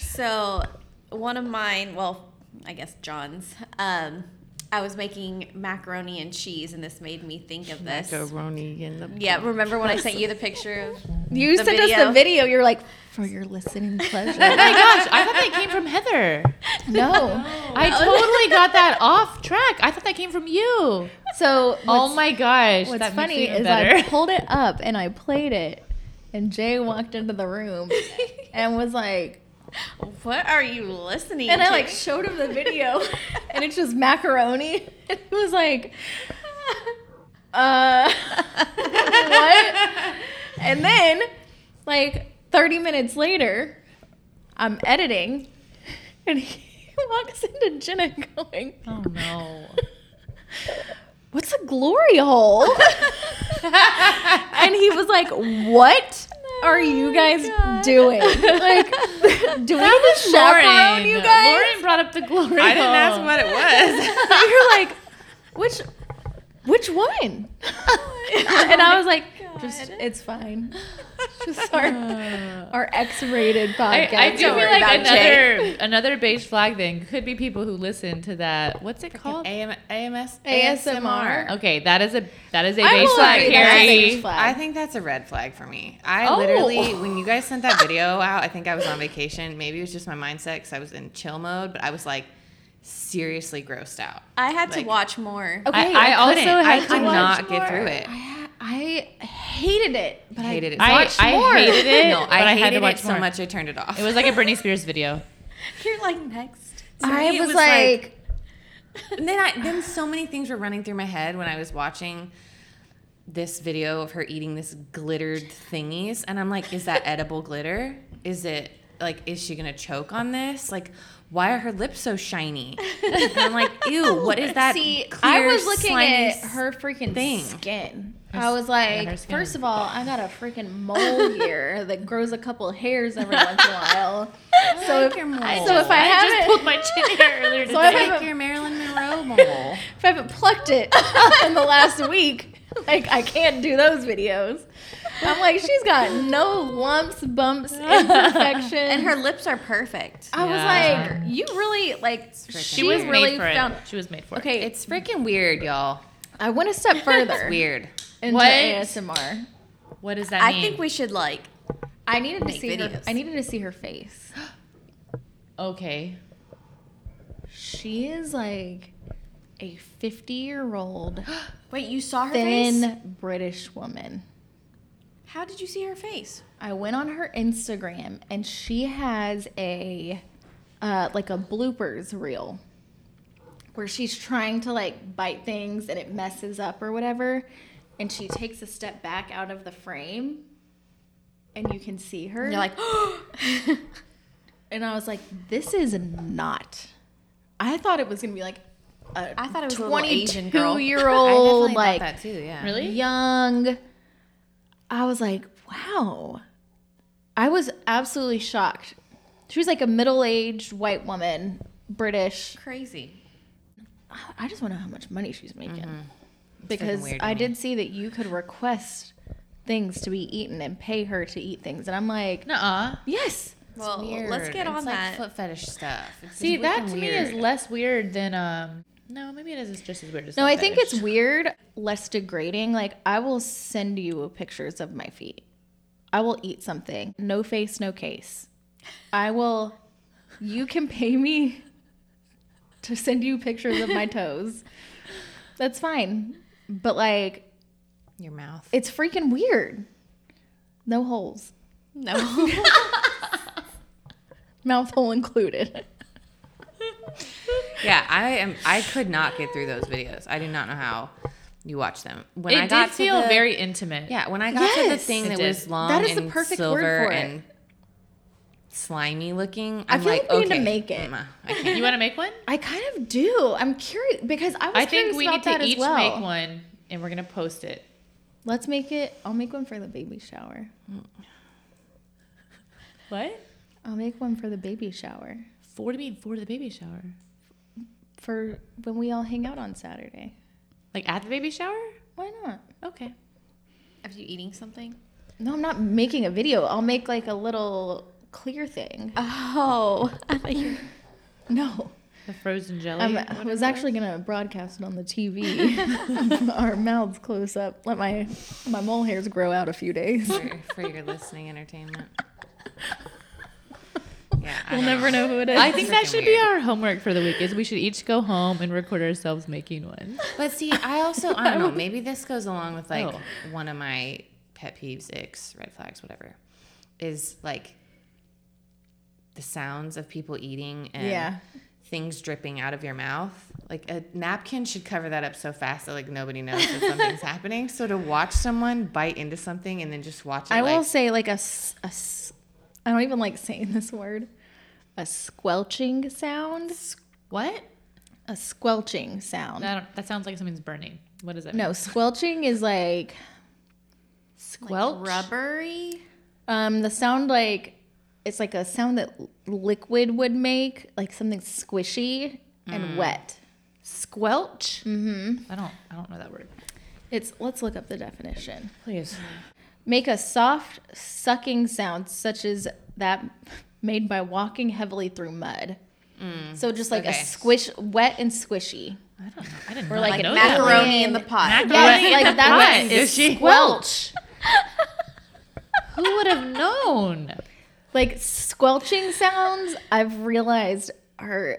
D: So one of mine, well, I guess John's. Um, I was making macaroni and cheese, and this made me think of this.
B: Macaroni in the
D: Yeah, remember when I sent you the picture of?
E: You
D: The
E: sent us
D: video.
E: the video. You're like for your listening
C: Oh
E: pleasure.
C: my gosh, I thought that came from Heather.
E: Oh, no.
C: I totally got that off track. I thought that came from you.
E: So what's-
C: oh my gosh.
E: What's
C: that
E: funny
C: makes me
E: is
C: even better.
E: I pulled it up and I played it, and Jay walked into the room and was like,
D: What are you listening?
E: and I
D: to?
E: like showed him the video, and it's just macaroni. And he was like, uh, what? And then, like 30 minutes later, I'm editing, and he walks into Jenna going,
C: oh no.
E: what's a glory hole? and he was like, what
C: Oh
E: are you guys doing? Like, do we have a chaperone, you guys?
C: Lauren brought up the glory.
B: I didn't ask
C: hole.
B: what it was.
E: You're like, which, which one?
C: Oh
E: and I was like, just, it's fine. Just our, our X-rated
C: Uh. I,
E: podcast.
C: I do feel
E: Don't worry
C: like
E: about it.
C: another another beige flag thing could be people who listen to that. What's it called?
B: AM, AMS,
E: ASMR.
C: Okay, that is a that is a
E: I
C: beige
E: will
C: flag,
E: agree that's a beige
C: Carrie.
B: I
E: flag.
B: think that's a red flag for me. I
E: Oh.
B: literally, when you guys sent that video out, I think I was on vacation. Maybe it was just my mindset because I was in chill mode, but I was like seriously grossed out.
D: I had to
B: Like-
D: watch more.
E: Okay,
C: Oh, I- I also
E: couldn't.
C: had
B: I
C: to
B: could
E: watch
B: not
E: more.
B: get through it.
E: I, I hated it, but
B: hated it. So
C: I,
B: much.
C: I hated it,
B: no,
C: but
B: I,
C: I,
B: hated
C: had to watch
B: it
C: more.
B: so much I turned it off.
C: It was like a Britney Spears video.
D: You're like next.
E: I
B: me, it
E: was,
B: was
E: like,
B: like- And then I, then so many things were running through my head when I was watching this video of her eating this glittered thingies, and I'm like, is that edible glitter? Is it like, is she gonna choke on this? Like, why are her lips so shiny? And I'm like, ew, what is that?
E: See, I
B: clear,
E: was looking
B: slimy
E: at her freaking
B: thing?
E: skin. I was like,
C: skin.
E: first of all, I got a freaking mole here that grows a couple of hairs every once in a while. so if,
B: your mole.
E: so if I
C: I just
E: haven't,
C: pulled my chin hair earlier
E: so I
C: today.
B: like
E: haven't,
B: your Marilyn Monroe mole.
E: if I haven't plucked it in the last week, like I can't do those videos. I'm like, she's got no lumps, bumps, imperfections.
D: And her lips are perfect.
E: I
B: Yeah.
E: was like, you really like. She
C: She was
E: was
C: made
E: really
C: for
E: found.
C: it. She was made for it.
E: Okay, it's.
B: It's freaking weird, y'all.
E: I went a step further
B: Weird.
E: into
C: What?
E: ASMR.
C: What does that
D: I
C: mean?
D: think we should like
E: I needed to
D: Make
E: see her.
D: videos.
E: I needed to see her face.
C: okay.
E: She is like a fifty-year-old
D: wait. You saw her face?
E: thin British woman.
D: How did you see her face?
E: I went on her Instagram and she has a uh, like a bloopers reel where she's trying to like bite things and it messes up or whatever, and she takes a step back out of the frame, and you can see her.
D: You're like,
E: and I was like, this is not. I thought it was gonna be like a
D: I thought it was a little Asian girl.
E: 22 year
B: I
E: old
B: definitely
E: like
B: thought that too. Yeah.
C: Really?
E: young. I was like, wow. I was absolutely shocked. She was like a middle aged white woman, British.
D: crazy.
E: I just want to know how much money she's making. Because
B: Mm-hmm. weird to
E: I
B: me.
E: did see that you could request things to be eaten and pay her to eat things. And I'm like,
C: Nuh-uh.
E: yes.
D: Well,
B: Weird.
D: let's get
B: It's
D: on
B: like
D: that.
B: foot fetish stuff. It's
C: See, that
B: freaking
C: to me is
B: weird.
C: less weird than um. No, maybe it is it's just as weird as.
E: No,
C: foot
E: I think
C: fetish.
E: it's weird, less degrading. Like, I will send you pictures of my feet. I will eat something. No face, no case. I will, you can pay me to send you pictures of my toes. That's fine. But, like,
B: your mouth.
E: it's freaking weird. No holes,
D: no.
E: mouth hole included.
B: Yeah, I am. I could not get through those videos. I do not know how you watch them. When
C: It
B: I got
C: did
B: to
C: feel
B: the-
C: very intimate.
B: Yeah, when I got to the
E: Yes.
B: thing
C: It
B: that
C: did.
B: was long
E: That is the
B: and
E: perfect word
B: silver
E: for it.
B: and slimy looking,
E: I
B: I'm
E: feel
B: like,
E: like we need
B: okay,
E: to make it.
B: mm, I can't.
C: You want to make one?
E: I kind of do. I'm curious because I was
C: I
E: curious
C: think we need
E: about that
C: to
E: as
C: each
E: well.
C: make one, and we're gonna post it.
E: Let's make it. I'll make one for the baby shower.
C: What?
E: I'll make one for the baby shower
C: For to mean for the baby shower?
E: for when we all hang out on Saturday.
C: Like at the baby shower?
E: Why not?
C: Okay.
D: Are you eating something?
E: No, I'm not making a video. I'll make like a little clear thing.
D: Oh, I thought you
E: No.
C: The frozen jelly.
E: I'm, I was actually going to broadcast it on the TV. Our mouths close up. Let my my mole hairs grow out a few days.
B: For, for your listening entertainment. Yeah, I
E: We'll
B: don't
E: never know who it is.
C: I think that
B: freaking
C: should be
B: weird.
C: our homework for the week. Is we should each go home and record ourselves making one.
B: But see, I also I don't know. Maybe this goes along with like
C: Oh.
B: one of my pet peeves, icks, red flags, whatever, is like the sounds of people eating and
E: Yeah.
B: things dripping out of your mouth. Like a napkin should cover that up so fast that like nobody knows that something's happening. So to watch someone bite into something and then just watch it,
E: I will
B: like,
E: say like a, s- a s- I don't even like saying this word. A squelching sound.
C: What?
E: A squelching sound.
C: I don't, that sounds like something's burning. What is it?
E: No, squelching is like
C: squelch.
D: rubbery.
E: um the sound like it's like a sound that l- liquid would make, like something squishy and wet.
C: Squelch. Mm-hmm. I don't. I don't know that word.
E: It's let's look up the definition.
C: Please.
E: Make a soft sucking sound such as that made by walking heavily through mud. so just like
B: Mm. okay.
E: a squish wet and squishy.
C: I don't know. I didn't.
E: Or
C: know
E: like
C: I know that.
D: Macaroni
E: Alien.
D: in the pot.
E: Yes,
C: Macaroni in
E: like
C: the
E: that
C: pot.
E: is
C: Is she-
E: squelch.
C: Who would have known?
E: Like squelching sounds I've realized are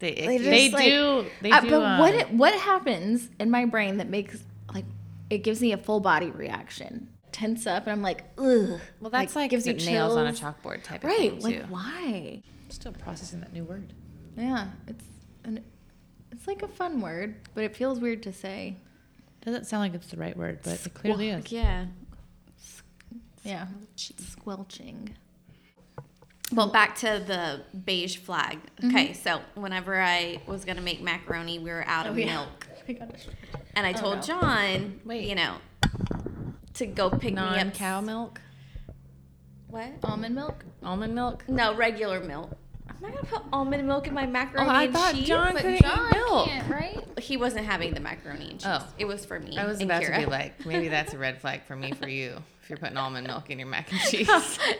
B: they ick
E: They
B: you.
E: just,
C: They
E: like-
C: do. They
E: Uh,
C: do.
E: but what
C: um,
E: it, what happens in my brain that makes like it gives me a full body reaction, tense up, and I'm like, ugh.
B: well, that's like,
E: gives you
B: the nails on a
E: chills.
B: chalkboard type of
E: Right?
B: thing
E: Like
B: too.
E: why?
C: I'm still processing that new word.
E: Yeah, it's an It's like a fun word, but it feels weird to say.
C: Doesn't sound like it's the right word, but it clearly is.
D: Yeah.
E: Yeah. Squelching.
D: Well, back to the beige flag.
B: Mm-hmm.
D: Okay, so whenever I was gonna make macaroni, we were
B: Oh,
D: out of milk, and I told John,
B: Wait.
D: you know, to go pick me
B: Non
D: up
B: cow milk,
D: What?
E: Almond milk?
B: almond milk.
D: No, regular milk. I'm not gonna put almond milk in my macaroni
B: Oh, I
D: and
B: thought
D: cheese.
B: John
D: but
B: couldn't eat milk.
E: Can't, right?
D: he wasn't having the macaroni and cheese.
B: Oh.
D: It was for me.
B: I was
D: and
B: about
D: Kira.
B: to be like, maybe that's a red flag for me for you if you're putting almond milk in your mac and cheese.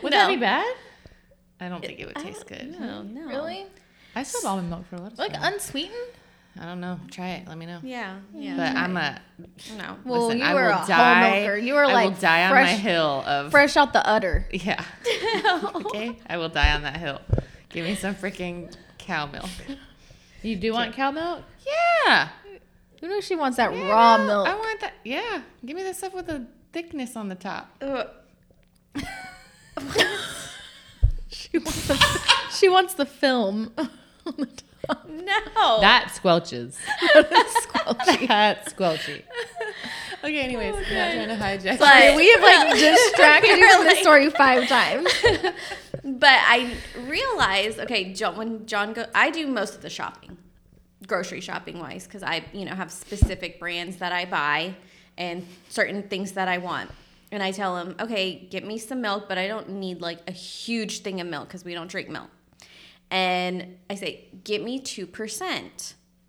C: Would
D: no.
C: that be bad?
B: I don't think it would taste good. Hmm.
D: No, no.
E: Really?
C: I still have almond milk for a lot of
E: Like unsweetened?
B: I don't know. Try it. Let me know.
D: Yeah, yeah.
B: But I'm a
D: no.
E: Well,
B: listen.
E: you
B: I
E: were
B: will
E: a whole
B: die.
E: milker. You were
B: I will
E: like
B: die on my
E: fresh-
B: hill of
E: Fresh out the udder.
B: yeah. okay, I will die on that hill. Give me some freaking cow milk.
C: You do want cow milk?
B: Yeah.
E: Who knows she wants that
B: Yeah,
E: raw
B: no,
E: milk?
B: I want that. Yeah. Give me the stuff with the thickness on the top.
D: Ugh.
E: she, wants the, she wants the film on the top.
D: no.
B: That squelches.
E: Squelchy.
B: That's squelchy. okay. Anyways, I'm not trying to hijack.
D: but
E: We have like distracted you from this story five times.
D: but I realized, okay, John, when John go, I do most of the shopping, grocery shopping wise, because I, you know, have specific brands that I buy and certain things that I want. And I tell him, okay, get me some milk, but I don't need like a huge thing of milk because we don't drink milk. And I say, get me 2%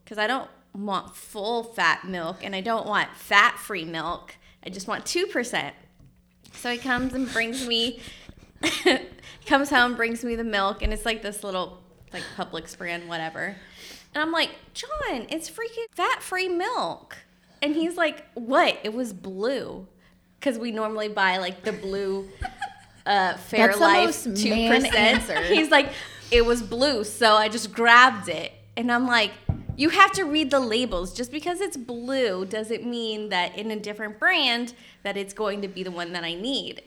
D: because I don't want full fat milk and I don't want fat free milk. I just want 2%. So he comes and brings me, comes home, brings me the milk, and it's like this little like Publix brand, whatever. And I'm like, John, it's freaking fat-free milk. And he's like, What? It was blue, because we normally buy like the blue, uh,
E: That's the
D: Fairlife
E: most
D: two
E: man
D: percent.
E: answer.
D: He's like, It was blue, so I just grabbed it. And I'm like. You have to read the labels. Just because it's blue doesn't mean that in a different brand that it's going to be the one that I need.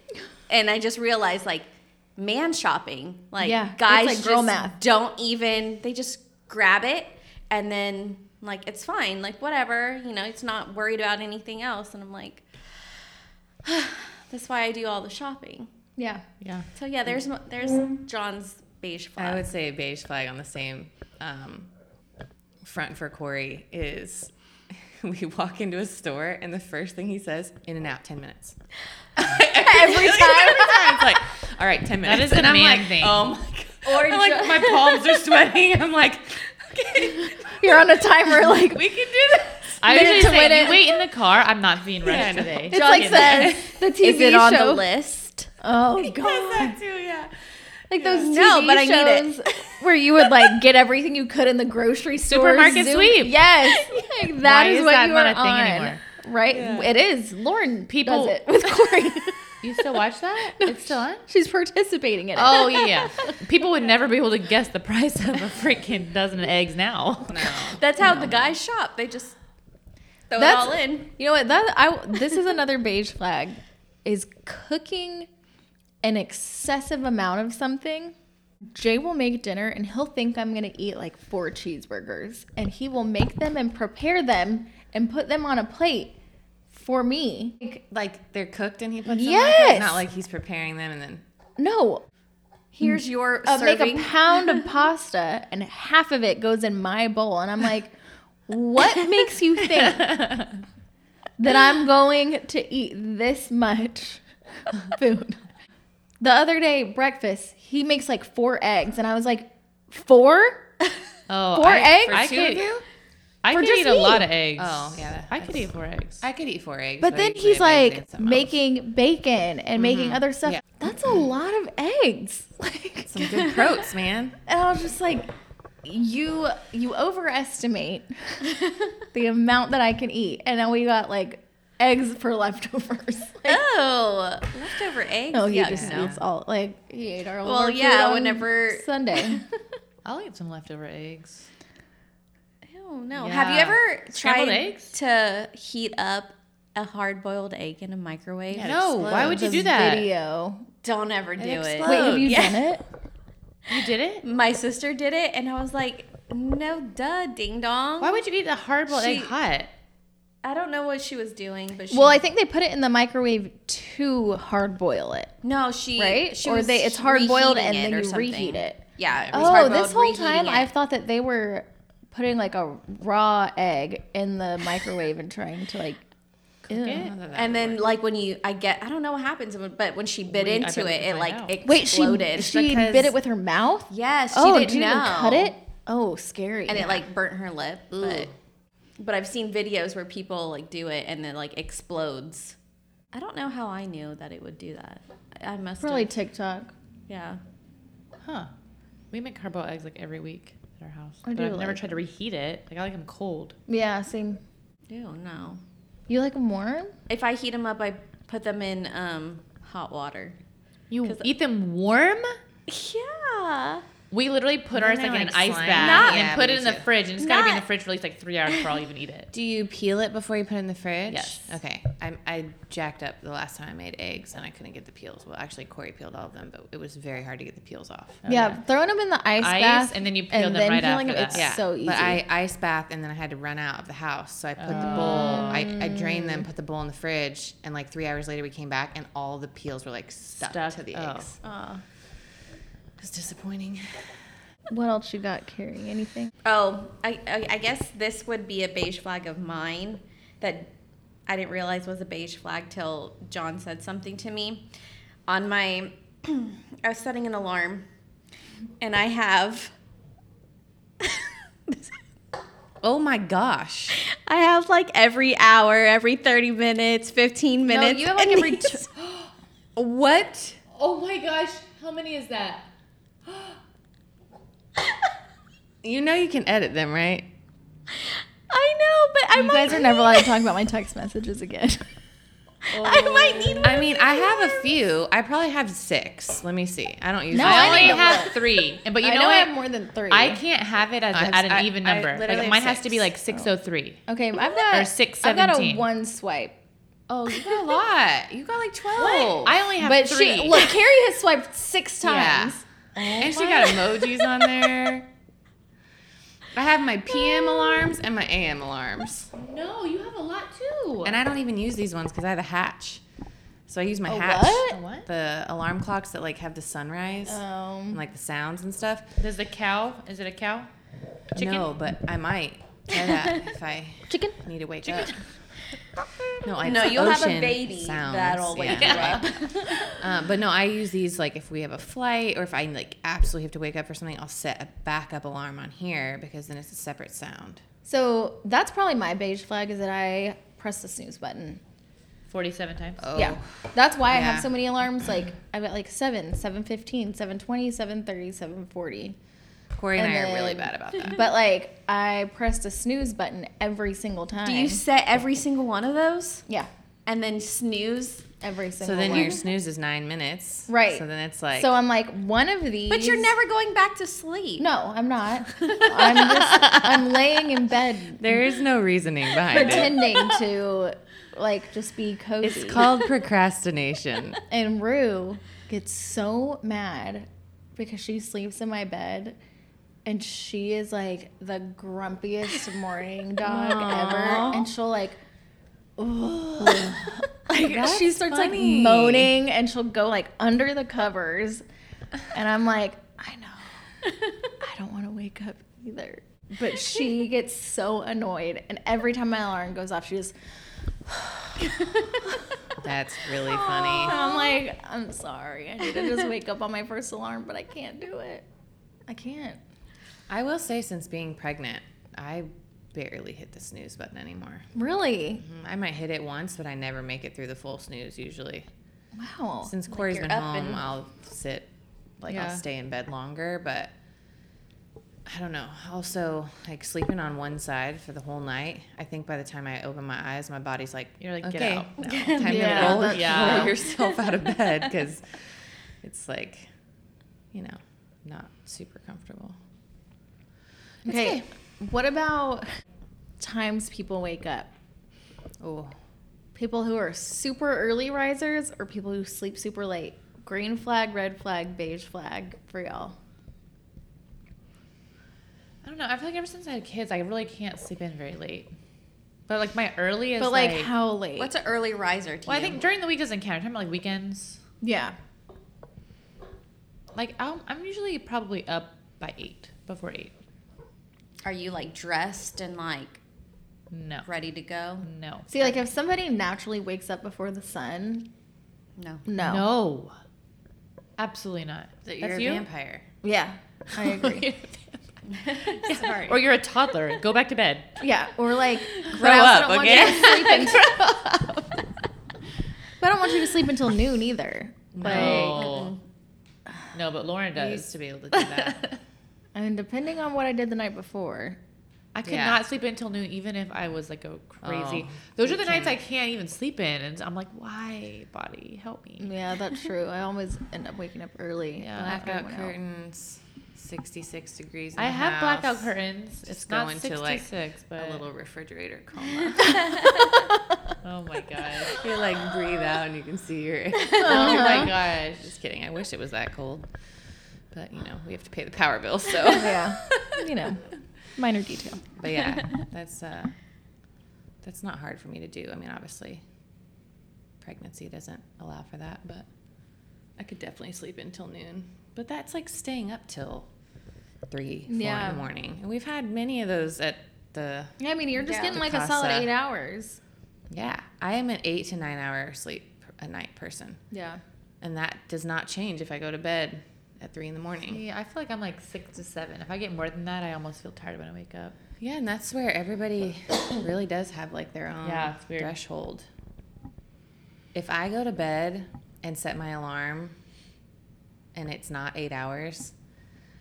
D: And I just realized like man shopping, like
E: Yeah, it's
D: guys
E: like girl
D: just
E: math.
D: don't even they just grab it and then like it's fine, like whatever, you know, it's not worried about anything else and I'm like that's why I do all the shopping.
E: Yeah.
B: Yeah.
D: So yeah, there's mo- there's John's beige flag.
B: I would say a beige flag on the same um, front for Corey is we walk into a store and the first thing he says, in and out, 10 minutes.
E: Every time.
B: Every time it's like, all right, 10 minutes.
C: is a
B: and I'm
C: man
B: like,
C: thing.
B: oh my God.
D: Or
B: I'm like,
D: ju-
B: my palms are sweating. I'm like, okay,
E: You're on a timer like
B: we can do this.
C: I
E: Minute
C: usually
E: to
C: say,
E: wait
C: you
E: in.
C: wait in the car. I'm not being
B: Yeah, I
C: rushed
B: know.
C: today.
E: it's like the, the TV
D: Is it on
E: show.
D: the list?
E: Oh
B: Yes,
E: god.
B: that too, yeah.
E: Like those TV
D: No, but I need it.
E: shows where you would like get everything you could in the grocery store.
C: Supermarket
E: Zoom-
C: sweep.
E: Yes, like, that
C: Why
E: is
C: is
E: what
C: that
E: you
C: not
E: are
C: a thing
E: on.
C: anymore?
E: Right, it is. Lauren
C: People-
E: does it with Corey.
C: You still watch that? It's still on?
E: She's participating in it.
C: Oh yeah. People would never be able to guess the price of a freaking dozen of eggs now.
D: That's how the guys shop. They just throw
E: That's-
D: it all in.
E: You know what? That I this is another beige flag, is cooking an excessive amount of something. Jay will make dinner and he'll think I'm gonna eat like four cheeseburgers, and he will make them and prepare them and put them on a plate for me. Like,
B: Like they're cooked and he puts them like
E: Yes.
B: Not like he's preparing them and then.
E: no,
D: Here's your
E: uh, make
D: serving.
E: a pound of pasta and half of it goes in my bowl, and I'm like, what makes you think that I'm going to eat this much food? The other day, breakfast, he makes like four eggs, and I was like, four?
C: Oh,
E: Four
C: I,
E: eggs?
C: I
B: two
C: could,
B: of you?
C: I
E: For
C: could
E: just
C: eat a lot
E: me.
C: of eggs.
B: Oh, yeah,
C: I could eat four eggs.
B: I Oh, could eat four eggs.
E: But
B: I
E: then
B: usually
E: he's
B: have eggs
E: like
B: and something else.
E: making bacon and making other stuff.
B: Yeah.
E: That's a lot of eggs. Like,
B: some good proats, man.
E: and I was just like, you you overestimate the amount that I can eat, and then we got like eggs for leftovers. Like,
D: Oh, leftover eggs.
E: no, he
D: Yuck.
E: just eats all like he ate our
D: Well,
E: leftover
D: yeah,
E: food on
D: whenever-
E: Sunday.
C: I'll eat some leftover eggs.
D: Oh no! Have you
C: Yeah.
D: ever
C: Scrambled
D: tried
C: eggs?
D: to heat up a hard-boiled egg in a microwave?
C: No, why would you
E: This
C: do that?
E: Video.
D: Don't ever do it.
B: explodes.
E: Wait, have you
D: Oh, Yeah.
E: done it?
C: You did it?
D: My sister did it, and I was like, No, duh, ding dong.
B: Why would you eat a hard boiled egg
D: She-
B: hot?
D: I don't know what she was doing, but she,
E: Well, I think they put it in the microwave to hard boil it.
D: no, she
E: Right?
D: she
E: Or
D: was
E: they- it's hard-boiled
D: reheating
E: and
D: it
E: then
D: or
E: you
D: something.
E: reheat it.
D: Yeah. it was
E: Oh,
D: hard-boiled,
E: this whole
D: reheating
E: time
D: it.
E: I thought that they were putting like a raw egg in the microwave and trying to like cook
B: None of that
D: and
B: would
D: then
B: work.
D: like when you, I get, I don't know what happens, but when she bit
B: We- I
D: into
B: bet we
D: it,
B: can
D: it
B: find
D: like
B: out.
E: Wait, she
D: exploded.
E: she
B: because-
E: bit it with her mouth?
D: yes, she
E: oh,
D: didn't
E: did you
D: know.
E: even cut it? Oh, scary.
D: and it like burnt her lip. But but I've seen videos where people like do it and then like explodes. I don't know how I knew that it would do that. I I must
E: probably
D: have,
E: TikTok.
D: yeah.
B: Huh. We make hard boiled eggs like every week at our house.
E: I
B: but
E: do
B: I've never
E: like-
B: tried to reheat it. Like I like them cold.
E: Yeah, same.
D: Ew, no.
E: You like 'em warm?
D: If I heat them up, I put them in um, hot water.
B: You eat them warm?
D: Yeah.
C: We literally put ours
B: they,
C: like in an
B: like,
C: ice
B: slime?
C: bag
B: Not-
C: and
B: Yeah,
C: put
B: we
C: it
B: do
C: in the
B: too.
C: fridge, and it's got to be in the
D: Not-
C: fridge for at least like three hours before I'll even eat it.
B: Do you peel it before you put it in the fridge?
C: Yes.
B: Okay. I, I jacked up the last time I made eggs and I couldn't get the peels. Well, actually, Corey peeled all of them, but it was very hard to get the peels off.
E: yeah, throwing them in the ice,
C: Ice,
E: bath
C: and then you peel them
E: then
C: right
E: peeling
C: after
E: 'em,
C: that.
E: It's so easy.
B: But I ice bath and then I had to run out of the house. So I put the bowl, I, I drained them, put the bowl in the fridge. And like three hours later, we came back and all the peels were like stuck,
C: Stuck.
B: to the
C: Oh.
B: eggs. It was disappointing.
E: what else you got, Carrie? Anything?
D: Oh, I, I, I guess this would be a beige flag of mine that I didn't realize was a beige flag till John said something to me. On my, I was setting an alarm, and I have,
B: Oh my gosh.
D: I have like every hour, every thirty minutes, fifteen minutes.
B: you have, like,
D: and
B: every
D: these-
B: tw- What?
C: Oh my gosh, how many is that?
B: You know you can edit them, right?
D: I know, but I
E: You
D: might.
E: guys are never allowed to talk about my text messages again.
D: I might need.
B: I mean, I have a few. I probably have six. Let me see. I don't use
E: No,
B: them.
C: I
E: I
C: only
E: need to
C: have three, and- but you
E: I
C: know,
E: know I
C: what?
E: have more than three.
C: I can't have it as
B: I-
C: at an
B: I-
C: even
B: I
C: number.
B: literally
C: like
B: have
C: mine has to be
B: six.
C: like six oh three.
E: Okay, I've got
C: Or six
E: I've got a
C: seventeen.
E: one swipe.
B: Oh, you got a lot. You got like 12.
C: I only have
E: But
C: Oh, three.
E: she look, Carrie has swiped six
B: Yeah.
E: times.
C: Oh,
B: and she got emojis on there. I have my PM alarms and my AM alarms.
C: no, you have a lot too.
B: And I don't even use these ones because I have a hatch. So I use my
E: A
B: hatch.
E: what?
C: A what?
B: The alarm clocks that like have the sunrise and
E: Um,
B: like the sounds and stuff.
C: Does the cow? Is it a cow? Chicken?
B: No, but I might try that if I
E: chicken.
B: need to wake up. No, I
D: No, you'll have a baby that'll wake you up.
B: Um, but no, I use these like if we have a flight or if I like absolutely have to wake up for something, I'll set a backup alarm on here because then it's a separate sound.
E: So that's probably my beige flag is that I press the snooze button.
C: Forty-seven times.
B: Oh,
E: Yeah. That's why I
B: Yeah.
E: have so many alarms. Like I've got like seven, seven fifteen, seven twenty, seven thirty, seven forty.
B: Corey and,
E: And
B: I are really
E: then-
B: bad about that.
E: But like I press the snooze button every single time.
D: Do you set every single one of those
E: yeah.
D: and then snooze?
E: Every single
B: So then
E: one.
B: your snooze is nine minutes.
E: Right.
B: So then it's like
E: so I'm like one of these.
D: But you're never going back to sleep.
E: No, I'm not. I'm just I'm laying in bed
B: there is no reasoning behind it.
E: pretending to like just be cozy.
B: It's called procrastination.
E: And Rue gets so mad because she sleeps in my bed and she is like the grumpiest morning dog ever. And she'll like, like she starts
B: funny.
E: like moaning and she'll go like under the covers. And I'm like, I know. I don't want to wake up either. But she gets so annoyed. And every time my alarm goes off, she just,
B: That's really funny.
E: I'm like, I'm sorry. I need to just wake up on my first alarm, but I can't do it. I can't.
B: I will say, since being pregnant, I barely hit the snooze button anymore.
E: Really?
B: Mm, I might hit it once, but I never make it through the full snooze usually.
E: Wow.
B: Since Corey's
D: you're
B: been
D: up
B: home,
D: and-
B: I'll sit, like
C: Yeah.
B: I'll stay in bed longer, but I don't know. Also, like sleeping on one side for the whole night, I think by the time I open my eyes, my body's like,
C: You're like,
B: okay,
C: get out now."
B: time
E: Yeah,
B: to roll,
C: that's- Yeah.
B: roll yourself out of bed because it's like, you know, not super comfortable.
E: Okay. What about times people wake up?
B: Oh,
E: People who are super early risers or people who sleep super late? Green flag, red flag, beige flag for y'all.
C: I don't know. I feel like ever since I had kids, I really can't sleep in very late. But like my earliest,
E: But like, how late?
D: What's an early riser to
C: Well, I
D: you?
C: think during the week doesn't count. I'm talking about like weekends.
E: yeah.
C: Like I'm, I'm usually probably up by eight, before eight.
D: Are you like dressed and like
C: No,
D: ready to go?
C: no,
E: See, like if somebody naturally wakes up before the sun,
D: No.
E: no.
C: no, absolutely not.
B: That
C: That's
B: you're a
C: you?
B: vampire.
E: Yeah, I agree.
B: Sorry.
C: Or you're a toddler. Go back to bed.
E: yeah, or like, but
B: Grow
E: I also
B: up,
E: don't
B: okay?
E: want you to sleep until. but I don't want you to sleep until noon either. Like,
C: No. No, but Lauren
B: I
C: does.
B: used to be able to do that.
E: I mean, depending on what I did the night before.
C: I could
B: Yeah.
C: not sleep until noon, even if I was like go crazy.
B: Oh,
C: Those
B: you
C: are the nights I can't even sleep in, and I'm like, why, body, help me.
E: Yeah, that's true. I always end up waking up early.
C: Yeah,
E: than
B: Blackout
E: everyone
B: curtains,
E: else.
B: 66 degrees. in
C: I
B: the
C: have blackout
B: house.
C: curtains. It's
B: Just
C: not
B: go into, like,
C: 66, but
B: A little refrigerator coma.
C: Oh my gosh.
B: you like breathe out and you can see your.
C: Oh my gosh.
B: Just kidding. I wish it was that cold, but you know we have to pay the power bill, so.
E: Yeah, you know, minor detail.
B: But yeah, that's uh, that's not hard for me to do. I mean, obviously, pregnancy doesn't allow for that, but I could definitely sleep until noon. But that's like staying up till three, four
E: Yeah.
B: in the morning, and we've had many of those at the
E: I mean, you're just
D: Yeah.
E: getting like a solid
B: Casa.
E: eight hours.
B: Yeah, I am an eight to nine hour sleep per- a night person,
E: Yeah.
B: and that does not change if I go to bed at three in the morning.
C: Yeah, I feel like I'm like six to seven. If I get more than that, I almost feel tired when I wake up.
B: Yeah, and that's where everybody really does have like their own
C: Yeah, it's weird.
B: threshold. If I go to bed and set my alarm, and it's not eight hours,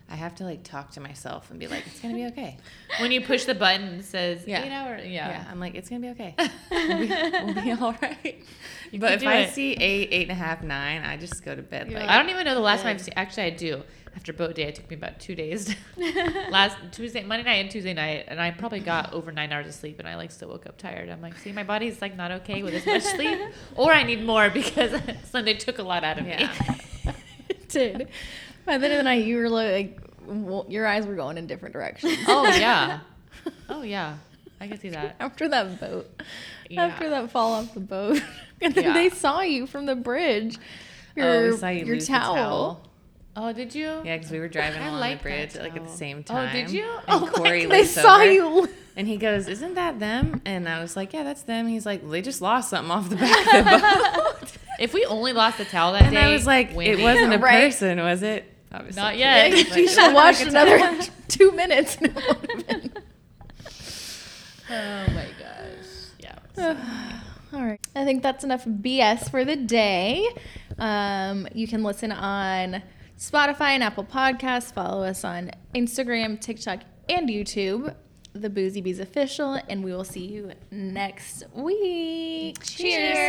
B: I have to like talk to myself and be like, "It's gonna be okay."
C: When you push the button, it says
B: Yeah.
C: eight hours. Yeah.
B: Yeah, I'm like, it's gonna be okay. We'll be, we'll be all right.
C: You
B: but
C: can
B: if
C: do
B: I
C: it.
B: see eight, eight and a half, nine, I just go to bed like,
C: I don't even know the last time I've seen. Actually, I do. After boat day, it took me about two days. last Tuesday, Monday night, and Tuesday night, and I probably got over nine hours of sleep, and I like still woke up tired. I'm like, see, my body's like not okay with this much sleep, or I need more because Sunday took a lot out of
B: Yeah.
C: me.
E: It did. By the end of the night, you were like, w- your eyes were going in different directions.
C: Oh yeah, oh yeah, I can see that.
E: After that boat,
C: Yeah.
E: after that fall off the boat, and then
C: Yeah.
E: they saw you from the bridge.
B: oh, we saw you lose the towel.
C: Oh, did you?
B: Yeah, because we were driving
C: I
B: along
C: like
B: the
C: that
B: bridge like at the
C: towel.
B: same
C: Oh,
B: time.
C: did you?
B: And
C: Oh my
B: Corey
E: They
B: looks
E: saw
B: over,
E: you.
B: and he goes, "Isn't that them?" And I was like, "Yeah, that's them." He's like, "They just lost something off the back of the boat,"
C: If we only lost the towel that
B: and
C: day,
B: I was like,
C: Wendy.
B: "It wasn't a
E: Right.
B: person, was it?" Obviously,
C: Not yet.
E: you should have watched another two minutes. And it would have been.
C: Oh my gosh. Yeah.
E: All right. I think that's enough BS for the day. Um, you can listen on Spotify and Apple Podcasts. Follow us on Instagram, TikTok, and YouTube, The Boozy Bees Official. And we will see you next week. Cheers.